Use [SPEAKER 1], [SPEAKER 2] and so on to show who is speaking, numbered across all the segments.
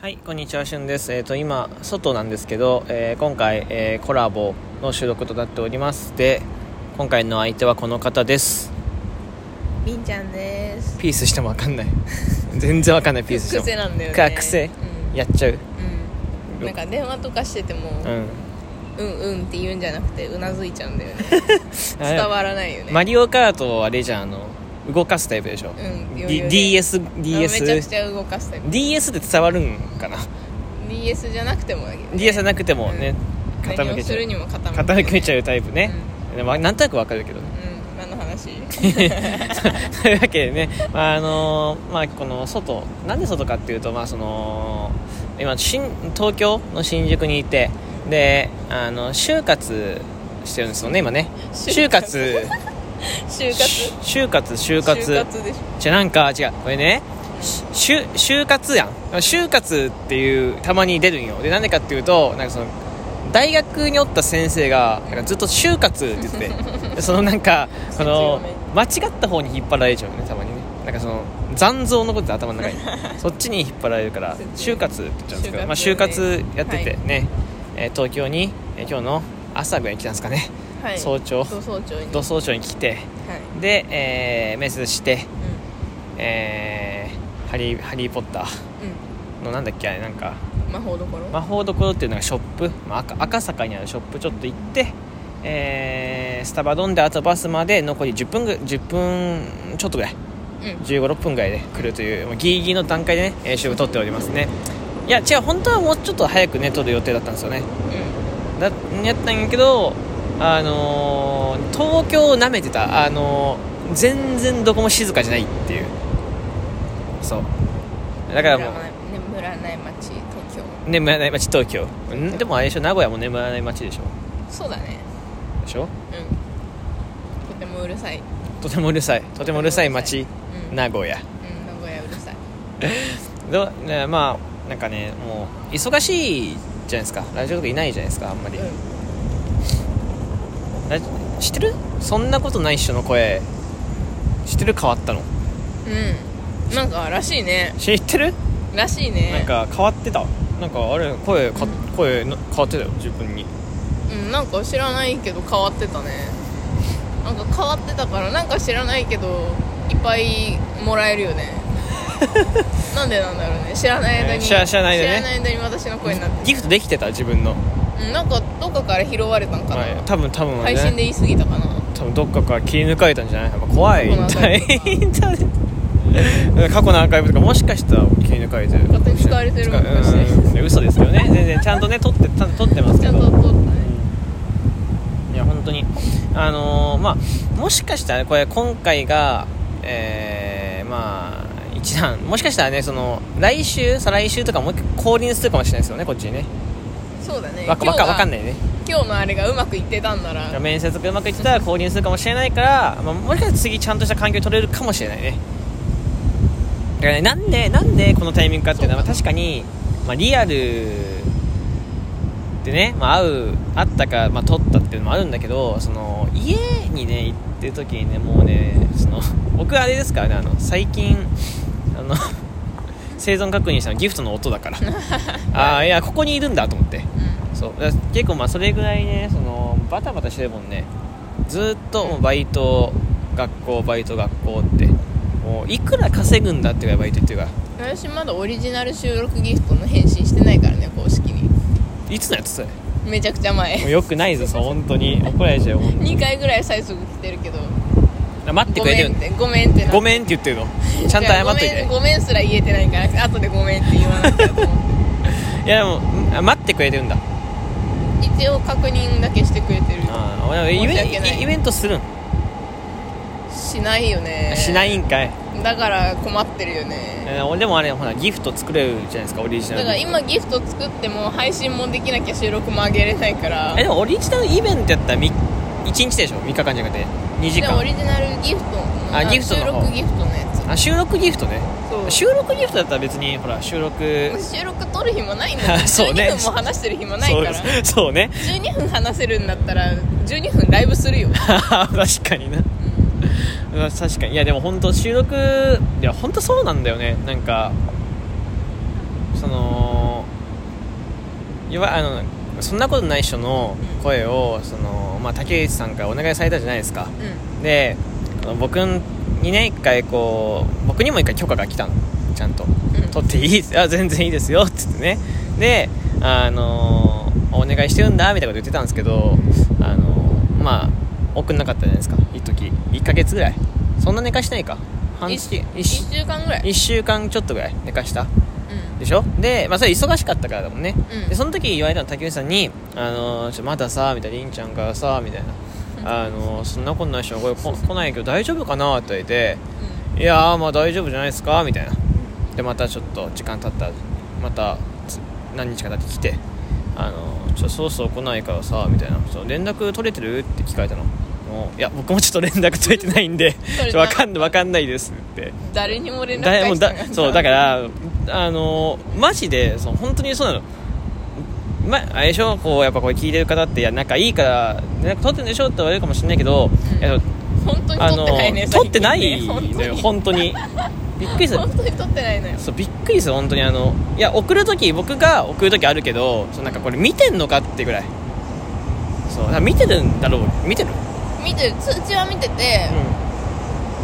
[SPEAKER 1] はい、こんにちは、しゅんです。えっ、と、今、外なんですけど、えー今回、えーコラボの収録となっております。で、今回の相手はこの方です。
[SPEAKER 2] みんちゃんです
[SPEAKER 1] ピースしてもわかんない。 全然わかんない、ピースしても。
[SPEAKER 2] 癖なんだよね
[SPEAKER 1] か癖やっちゃう。
[SPEAKER 2] うん、うん、なんか電話とかしてても、
[SPEAKER 1] うん。
[SPEAKER 2] うんうんって言うんじゃなくてうなずいちゃうんだよね
[SPEAKER 1] あれ
[SPEAKER 2] 伝わらないよね、
[SPEAKER 1] マリオカートはあれじゃん、あの、動かすタイプでしょ。
[SPEAKER 2] うん余
[SPEAKER 1] D
[SPEAKER 2] 裕で
[SPEAKER 1] DS、
[SPEAKER 2] あめちゃく
[SPEAKER 1] DS。
[SPEAKER 2] ちゃ動かしたり
[SPEAKER 1] DS で伝わるんかな。
[SPEAKER 2] DS じゃなくてもだけど、ね、
[SPEAKER 1] DS じゃなくてもね、傾
[SPEAKER 2] 何を
[SPEAKER 1] け
[SPEAKER 2] す
[SPEAKER 1] ちゃ
[SPEAKER 2] る
[SPEAKER 1] う。
[SPEAKER 2] にも傾け
[SPEAKER 1] 傾けち
[SPEAKER 2] ゃ
[SPEAKER 1] ゃうタイプね。でもなんとなくわかるけどね。
[SPEAKER 2] うん、うん、何 の話
[SPEAKER 1] というわけでね、まああのまあ、この外なんで外かっていうと、まあ、その今新東京の新宿にいてであの就活してるんですよね今ね就
[SPEAKER 2] 就活
[SPEAKER 1] 活
[SPEAKER 2] 就活
[SPEAKER 1] し 就活就活
[SPEAKER 2] 就活でし
[SPEAKER 1] じゃあなんか違うこれねし就就活やん就活っていうたまに出るんよでなんでかっていうとなんかその大学におった先生がなんかずっと就活って言っててでそのなんかこの
[SPEAKER 2] 説
[SPEAKER 1] 間違った方に引っ張られちゃうよねたまにねなんかその残像のことで頭の中にそっちに引っ張られるから
[SPEAKER 2] 説明
[SPEAKER 1] 就活って言っちゃうんですけど、まあ、就
[SPEAKER 2] 就活ね
[SPEAKER 1] 活やっててね、えー東京に、えー今日の朝ぐらいに来たんですかね
[SPEAKER 2] ょはい
[SPEAKER 1] 早朝
[SPEAKER 2] そう早朝に
[SPEAKER 1] 土早朝に来て
[SPEAKER 2] はい、
[SPEAKER 1] で、えー面接して
[SPEAKER 2] う
[SPEAKER 1] えーハリー・ハリーポッター
[SPEAKER 2] ん
[SPEAKER 1] のなんだっけあれなんか
[SPEAKER 2] うん、魔法どころ、
[SPEAKER 1] 魔法どころっていうのがショップ、まあ、赤赤坂にあるショップちょっと行って、えースタバ飲んであとバスまで残り10分ぐ10分ちょっとぐらい
[SPEAKER 2] うん
[SPEAKER 1] 1 5 6分ぐらいで来るというもうギリギリの段階でねえー収録撮っておりますねいや違う本当はもうちょっと早くね撮る予定だったんですよねだやったんやけどあのー東京をなめてたあのー全然どこも静かじゃないっていうそうだからも
[SPEAKER 2] 眠らない眠らない街東京
[SPEAKER 1] う眠らない街東京んでもあれでしょ名古屋も眠らない街でしょ
[SPEAKER 2] そうだね
[SPEAKER 1] でしょ
[SPEAKER 2] うんとてもうるさい
[SPEAKER 1] とてもうるさいとてもうるさい街
[SPEAKER 2] うん
[SPEAKER 1] 名古屋
[SPEAKER 2] うん名古屋うるさい
[SPEAKER 1] ど、ね、まあなんかねもう忙しいじゃないですかラジオとかいないじゃないですかあんまり、
[SPEAKER 2] う
[SPEAKER 1] ラジ知ってるそんなことないっしょの声知ってる変わったの
[SPEAKER 2] ん、うん、なんからしいね
[SPEAKER 1] 知ってる
[SPEAKER 2] らしいね
[SPEAKER 1] なんか変わってたなんかあれ声か声の変わってたよ自分に
[SPEAKER 2] うんなんか知らないけど変わってたねなんか変わってたからなんか知らないけどいっぱいもらえるよね なんでなんだろうね知らない間に
[SPEAKER 1] ね知ら知らないでね
[SPEAKER 2] 知らない間に私の声になって
[SPEAKER 1] ギフトできてた自分の、
[SPEAKER 2] うんなんかどっかから拾われたんかな、
[SPEAKER 1] はい、多分多分、ね、
[SPEAKER 2] 配信で言い過ぎたかな
[SPEAKER 1] 多分どっかから切り抜かれたんじゃないやっぱ怖い
[SPEAKER 2] 過去のアーカイブ
[SPEAKER 1] イ
[SPEAKER 2] とか
[SPEAKER 1] ンターネット過去のアーカイブとかもしかしたら切り抜かれてる
[SPEAKER 2] 勝手に使われてるもんかしれない
[SPEAKER 1] うんうん嘘ですよね全然ちゃんとね撮ってちゃんと撮ってます
[SPEAKER 2] ち
[SPEAKER 1] け
[SPEAKER 2] ゃ
[SPEAKER 1] ど
[SPEAKER 2] んと通ったね
[SPEAKER 1] うんいや本当にあのーまあもしかしたらこれ今回がえーまあ一段もしかしたらねその来週再来週とかもう一回降臨するかもしれないですよねこっちにね
[SPEAKER 2] そうだね
[SPEAKER 1] わかわかわかん
[SPEAKER 2] い
[SPEAKER 1] ないね
[SPEAKER 2] 今日のあれがうまくいってたんなら
[SPEAKER 1] 面接がうまくいってたら降臨するかもしれないから、まあ、もしかしたら次ちゃんとした環境取れるかもしれないねだからねなんでなんでこのタイミングかっていうのはまあ確かに、まあ、リアルでね、まあ、会う会ったか、まあ、撮ったっていうのもあるんだけどその家にね行ってる時にねもうねその 僕あれですからねあの最近あの 生存確認したのギフトの音だ からああいやここにいるんだと思って
[SPEAKER 2] う
[SPEAKER 1] そうだから結構まあそれぐらいねそのバタバタしてるもんねずーっともうバイト学校バイト学校ってもういくら稼ぐんだってぐらいバイト行ってるか
[SPEAKER 2] ん私まだオリジナル収録ギフトの返信してないからね公式に
[SPEAKER 1] らいつのやつそれも
[SPEAKER 2] めちゃくち ゃ前
[SPEAKER 1] うよくないぞそう本当に怒られちゃうよほん
[SPEAKER 2] 2回ぐらい催促来てるけど
[SPEAKER 1] と待って
[SPEAKER 2] ご
[SPEAKER 1] くれて
[SPEAKER 2] め
[SPEAKER 1] る
[SPEAKER 2] んってごめんってな
[SPEAKER 1] ごめんって言ってるのちゃんと謝っとい
[SPEAKER 2] や
[SPEAKER 1] て
[SPEAKER 2] ごめんごめんすら言えてないから後でごめんって言わなきゃと思 っ
[SPEAKER 1] いやでもんあ待ってくれてるんだ
[SPEAKER 2] て一応確認だけしてくれてる
[SPEAKER 1] あー俺イ
[SPEAKER 2] 申し
[SPEAKER 1] ベ
[SPEAKER 2] 訳ない
[SPEAKER 1] ンイベントするん、
[SPEAKER 2] しないよね
[SPEAKER 1] しないんかい
[SPEAKER 2] だから困ってるよね
[SPEAKER 1] えー俺でもあれほらギフト作れるじゃないですかオリジ
[SPEAKER 2] だ
[SPEAKER 1] ナル
[SPEAKER 2] から
[SPEAKER 1] で
[SPEAKER 2] 今ギフト作っても配信もできなきゃ収録も上げれないから
[SPEAKER 1] えでもオリジナルイベントやったらみ1日でしょ3日間じゃなくて2時
[SPEAKER 2] でもオ
[SPEAKER 1] 間
[SPEAKER 2] リジナルギフト
[SPEAKER 1] あギフトの方
[SPEAKER 2] 収録ギフトのやつ
[SPEAKER 1] あ収録ギフトね
[SPEAKER 2] そう
[SPEAKER 1] 収録ギフトだったら別にほら収録
[SPEAKER 2] 収録撮る暇ないんだ
[SPEAKER 1] そうね
[SPEAKER 2] 12分も話してる暇ないから
[SPEAKER 1] そう ですそうね
[SPEAKER 2] 12分話せるんだったら12分ライブするよ、
[SPEAKER 1] 確かになうん確かにいやでも本当収録いや本当そうなんだよねなんかそのいわあのそんなことない人の声をその、まあ、竹内さんからお願いされたじゃないですか
[SPEAKER 2] う
[SPEAKER 1] であの僕にね一回こう僕にも一回許可が来たのちゃんと
[SPEAKER 2] うん
[SPEAKER 1] 「取っていいですあ全然いいですよ」っつってねであのーお願いしてるんだみたいなこと言ってたんですけどあのーまあ送んなかったじゃないですか一時1ヶ月ぐらいそんな寝かしてないか半
[SPEAKER 2] ん
[SPEAKER 1] 月
[SPEAKER 2] 1週間ぐらい
[SPEAKER 1] 1週間ちょっとぐらい寝かした
[SPEAKER 2] う
[SPEAKER 1] でしょで、まあ、それ忙しかったからだもんね、
[SPEAKER 2] うん
[SPEAKER 1] でその時言われたの竹内さんに「あのーちょまださ」みたいな「りんちゃんからさ」みたいな「あのーそんなことない人の声こ来ないけど大丈夫かな?」って言われて「いやーまあ大丈夫じゃないですか」みたいなでまたちょっと時間経ったらまたつ何日か経ってきて「あのーちょそろそろ来ないからさ」みたいな「そう連絡取れてる?」って聞かれたのもういや僕もちょっと連絡取れてないんで
[SPEAKER 2] 取れ
[SPEAKER 1] ち
[SPEAKER 2] て
[SPEAKER 1] ょ
[SPEAKER 2] な
[SPEAKER 1] わ
[SPEAKER 2] か
[SPEAKER 1] か
[SPEAKER 2] った
[SPEAKER 1] んわかんないですって
[SPEAKER 2] ん誰にも連絡
[SPEAKER 1] だ
[SPEAKER 2] 返
[SPEAKER 1] も
[SPEAKER 2] し
[SPEAKER 1] う
[SPEAKER 2] てな
[SPEAKER 1] だ
[SPEAKER 2] かった
[SPEAKER 1] そうだからあのマジでその本当にそうなのまあれでしょこうやっぱこれ聞いてる方っていや仲いいから連絡取ってるんでしょって言われるかもしれないけど、
[SPEAKER 2] うん
[SPEAKER 1] いや
[SPEAKER 2] 本当に
[SPEAKER 1] あ
[SPEAKER 2] 撮っ
[SPEAKER 1] の
[SPEAKER 2] てないね
[SPEAKER 1] 取ってな
[SPEAKER 2] 最
[SPEAKER 1] い
[SPEAKER 2] 近ね
[SPEAKER 1] のよ本当にびっくりする
[SPEAKER 2] 本当に撮ってないのよ
[SPEAKER 1] そうびっくりする本当にあのいや送る時僕が送る時あるけどそうなんかこれ見てんのかってぐらいそうだから見てるんだろう見てる、
[SPEAKER 2] 見てる通知は見てて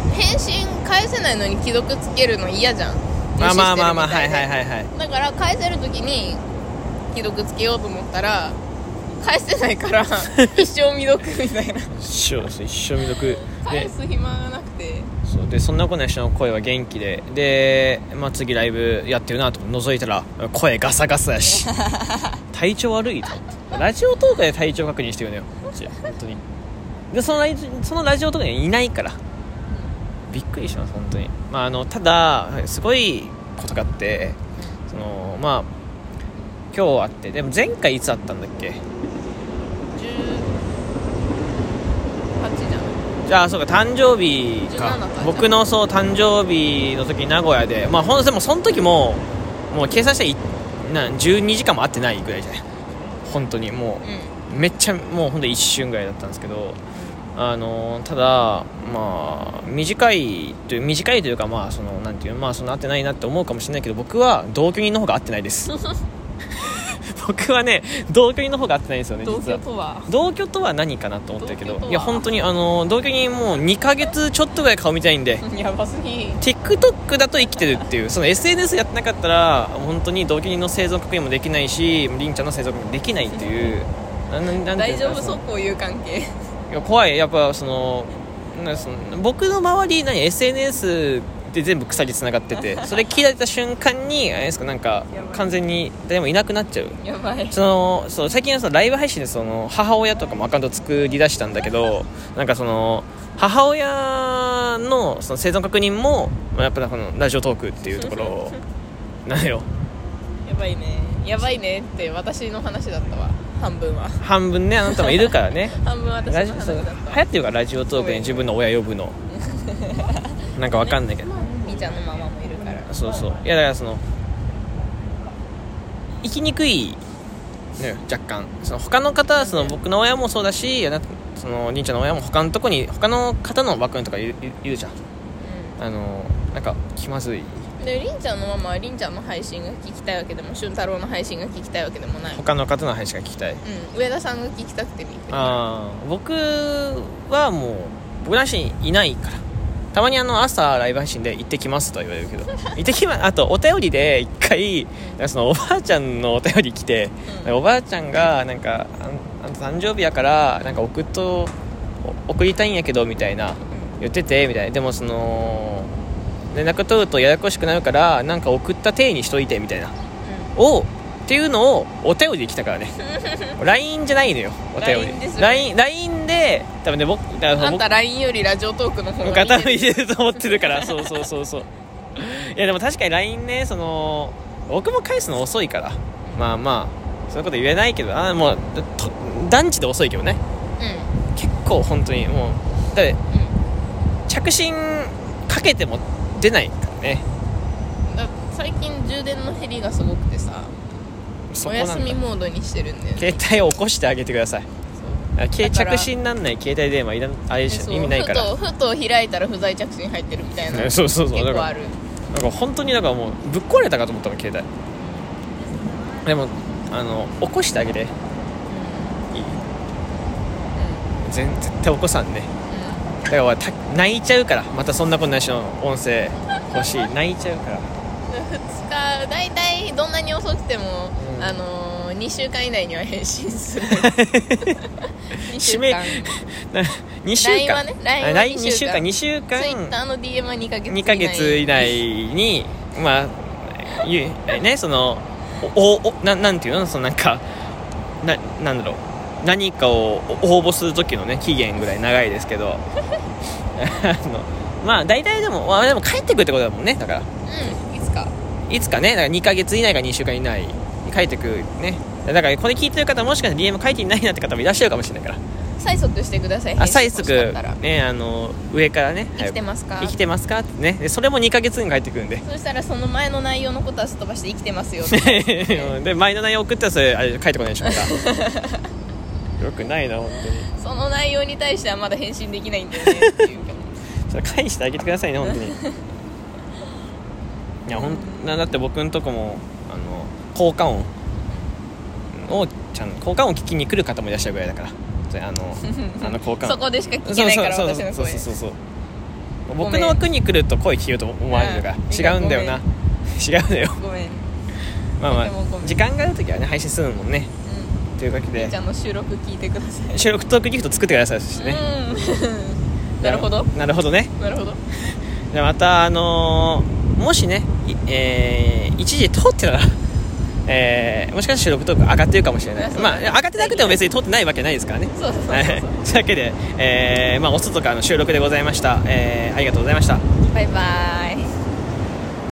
[SPEAKER 1] う
[SPEAKER 2] 返信返せないのに既読つけるの嫌じゃん
[SPEAKER 1] ん、まあまあまあまあ
[SPEAKER 2] 無視
[SPEAKER 1] は
[SPEAKER 2] して
[SPEAKER 1] い
[SPEAKER 2] るみ
[SPEAKER 1] は
[SPEAKER 2] た
[SPEAKER 1] いはいはい
[SPEAKER 2] だから返せる時に既読つけようと思ったら返せな いから一生未読みたいな
[SPEAKER 1] 一生そう一生未読
[SPEAKER 2] 返す暇がなくて
[SPEAKER 1] そうでそんなことない人の声は元気でで、まあ、次ライブやってるなと思って覗いたら声ガサガサやし体調悪いと思ってラジオトークで体調確認してるのよこっち本当にでそのラジそのラジオトークにはいないからびっくりします本当にまああのただすごいことがあってそのまあ今日あってでも前回いつあったんだっけ
[SPEAKER 2] 18じゃない
[SPEAKER 1] じゃあそうか誕生日
[SPEAKER 2] 17
[SPEAKER 1] か
[SPEAKER 2] か
[SPEAKER 1] 僕のそう誕生日の時名古屋でまあほんでもその時ももう計算したらいな12時間も会ってないぐらいじゃない本当にも
[SPEAKER 2] うん
[SPEAKER 1] うめっちゃもうほんと一瞬ぐらいだったんですけどあのただまあ短いという短いというかまあそのなんていうまあその会ってないなって思うかもしれないけど僕は同居人の方が会ってないです 僕はね同居人の方が会ってないんですよね
[SPEAKER 2] 同
[SPEAKER 1] 実
[SPEAKER 2] 居
[SPEAKER 1] は
[SPEAKER 2] とは
[SPEAKER 1] 同居とは何かなと思ったけ
[SPEAKER 2] 同居と
[SPEAKER 1] ど
[SPEAKER 2] はい
[SPEAKER 1] や本当にあの同居にもう2ヶ月ちょっとぐらい顔見たいんで
[SPEAKER 2] やばすぎ
[SPEAKER 1] TikTok だと生きてるっていうその SNS やってなかったら本当に同居人の生存確認もできないしりんちゃんの生存確認もできないっていうなななんてい
[SPEAKER 2] 大
[SPEAKER 1] う
[SPEAKER 2] 丈
[SPEAKER 1] か
[SPEAKER 2] 夫
[SPEAKER 1] そ
[SPEAKER 2] そう
[SPEAKER 1] の
[SPEAKER 2] こういう関係
[SPEAKER 1] いや怖いやっぱそのなその僕の周り何 SNS で全部鎖つながって てそれ切られた瞬間にあれですかなんか
[SPEAKER 2] やばい
[SPEAKER 1] 完全に誰もいなくなっちゃう
[SPEAKER 2] やばい
[SPEAKER 1] そのそう最近はそのライブ配信でその母親とかもアカウント作り出したんだけどなんかその母親のその生存確認もまあやっぱりこのラジオトークっていうところなんよ
[SPEAKER 2] やばいねやばいねって私の話だったわ半分は
[SPEAKER 1] 半分ねあなたもいるからね
[SPEAKER 2] 半分私の
[SPEAKER 1] ラジ
[SPEAKER 2] 話
[SPEAKER 1] そう
[SPEAKER 2] だ
[SPEAKER 1] 流
[SPEAKER 2] ったわ
[SPEAKER 1] 行ってるからラジオトークに自分の親呼ぶのなんかわかんないけど
[SPEAKER 2] みーちゃんのママもいるから
[SPEAKER 1] そうそういやだからその生きにくいのよ若干その他の方はその僕の親もそうだしいやなそのりんちゃんの親も他のとこに他の方の枠のとかいるいるじゃんあのなんか気まずい
[SPEAKER 2] うんでりんちゃんのママはりんちゃんの配信が聞きたいわけでも俊太郎の配信が聞きたいわけでもない、
[SPEAKER 1] 他の方の話が聞きたい
[SPEAKER 2] うん、上田さんが聞きたくて見てる
[SPEAKER 1] ああ僕はもう僕らしいないからたまにあの朝ライブ配信で「行ってきます」とは言われるけど 「行ってきます」あとお便りで一回なんかそのおばあちゃんのお便り来て、
[SPEAKER 2] うん
[SPEAKER 1] なんかおばあちゃんがなんかあん「あんた誕生日やからなんか送っとお送りたいんやけど」みたいな言っててみたいなでもその連絡取るとややこしくなるからなんか送った体にしといてみたいなをっていうのをお便りで来た からね LINE じゃないのよお便
[SPEAKER 2] LINE です
[SPEAKER 1] り
[SPEAKER 2] よ
[SPEAKER 1] LINE, LINE で多分ね僕だ
[SPEAKER 2] うん、
[SPEAKER 1] か
[SPEAKER 2] あ
[SPEAKER 1] ら
[SPEAKER 2] ん
[SPEAKER 1] 僕
[SPEAKER 2] た LINE よりラジオトークの方が
[SPEAKER 1] 方
[SPEAKER 2] いい
[SPEAKER 1] 向
[SPEAKER 2] ね
[SPEAKER 1] いてると思ってるからそうそうそうそういやでも確かに LINE ねその僕も返すの遅いからまあまあそういうこと言えないけどあーもうと断じて遅いけどね結構本当にもうだって
[SPEAKER 2] うん、うん
[SPEAKER 1] 着信かけても出ないからね
[SPEAKER 2] だ最近充電の減りがすごくてさ
[SPEAKER 1] そ
[SPEAKER 2] お
[SPEAKER 1] こなんだ
[SPEAKER 2] 休みモードにしてるんだよ
[SPEAKER 1] 携
[SPEAKER 2] ね
[SPEAKER 1] 帯を起こしてあげてください
[SPEAKER 2] そう
[SPEAKER 1] あけ
[SPEAKER 2] だから
[SPEAKER 1] 着信なんない携帯電話いらんあれでし
[SPEAKER 2] そ
[SPEAKER 1] ょ
[SPEAKER 2] う
[SPEAKER 1] 意味ないから
[SPEAKER 2] ふとふと開いたら不在着信入ってるみたいな
[SPEAKER 1] ね そうそうそう
[SPEAKER 2] 結
[SPEAKER 1] だ
[SPEAKER 2] 構
[SPEAKER 1] か
[SPEAKER 2] あ
[SPEAKER 1] ら
[SPEAKER 2] る
[SPEAKER 1] なんか本当になんかもうぶっ壊れたかと思ったの携帯でもあの起こしてあげていい全絶対起こさんねだから俺た泣いちゃうからまたそんなことないしの音声欲しい泣いちゃうから
[SPEAKER 2] 使う大体どんなに遅くても、
[SPEAKER 1] うん
[SPEAKER 2] あのー、2週間以内には返信する 2週
[SPEAKER 1] 締め
[SPEAKER 2] 間
[SPEAKER 1] 2週間
[SPEAKER 2] LINE はね LINE は
[SPEAKER 1] あ LINE
[SPEAKER 2] 2
[SPEAKER 1] 2
[SPEAKER 2] 週
[SPEAKER 1] 週
[SPEAKER 2] 間
[SPEAKER 1] 間2週間
[SPEAKER 2] Twitter の DM は2ヶ月以内
[SPEAKER 1] 2ヶ月以内にまあゆねそのおおおななんていうのそのなんかななんだろう何かを応募する時のね期限ぐらい長いですけど あのまあ大体でも、まあ、でも帰ってくるってことだもんねだから
[SPEAKER 2] うんいつか
[SPEAKER 1] いつかねだから2ヶ月以内か2週間以内に帰ってくるねだからこれ聞いてる方もしかして DM 書いていないなって方もいらっしゃるかもしれないから
[SPEAKER 2] 催促してください
[SPEAKER 1] あ催
[SPEAKER 2] 返信欲しか
[SPEAKER 1] 促
[SPEAKER 2] ったら
[SPEAKER 1] ねあの上からね
[SPEAKER 2] 生きてますか
[SPEAKER 1] 生きてますかってねでそれも2ヶ月に帰ってくるんで
[SPEAKER 2] そしたらその前の内容のことはすっ飛ばして生きてますよ
[SPEAKER 1] で前の内容送ったらそれあれ書いてこないでしょま たよくないな本当に
[SPEAKER 2] その内容に対してはまだ返信できないんだよねっていうか
[SPEAKER 1] それ返してあげてくださいね本当にいやほんなだって僕のとこもあの効果音をちゃん効果音を聞きに来る方もいらっしゃるぐらいだからそれあの あの効果音
[SPEAKER 2] そこでしか聞けないから
[SPEAKER 1] そう
[SPEAKER 2] 私の
[SPEAKER 1] そう
[SPEAKER 2] 声
[SPEAKER 1] そうそうそうそう
[SPEAKER 2] ごめん
[SPEAKER 1] 僕の枠に来ると声聞けると思われるか
[SPEAKER 2] うん
[SPEAKER 1] ら違うんだよな 違うんだよ
[SPEAKER 2] ごめん、うん、
[SPEAKER 1] まあまあ
[SPEAKER 2] とてもごめん
[SPEAKER 1] 時間がある時はね配信するもんねというわけ
[SPEAKER 2] みー
[SPEAKER 1] で
[SPEAKER 2] ちゃんの収録聞いてください
[SPEAKER 1] 収録トークギフト作ってくださいそしてね、
[SPEAKER 2] うんなるほど
[SPEAKER 1] なるほどね
[SPEAKER 2] なるほど
[SPEAKER 1] じゃあまたあのーもしねいえー一時通ってたら えーもしかしたら収録トーク上がってるかもしれない
[SPEAKER 2] あそう
[SPEAKER 1] まあ上がってなくても別に通ってないわけないですからね
[SPEAKER 2] そうそうそうそう
[SPEAKER 1] はい というわけで、えーまあ、お外からの収録でございました、えーありがとうございました
[SPEAKER 2] バイバイ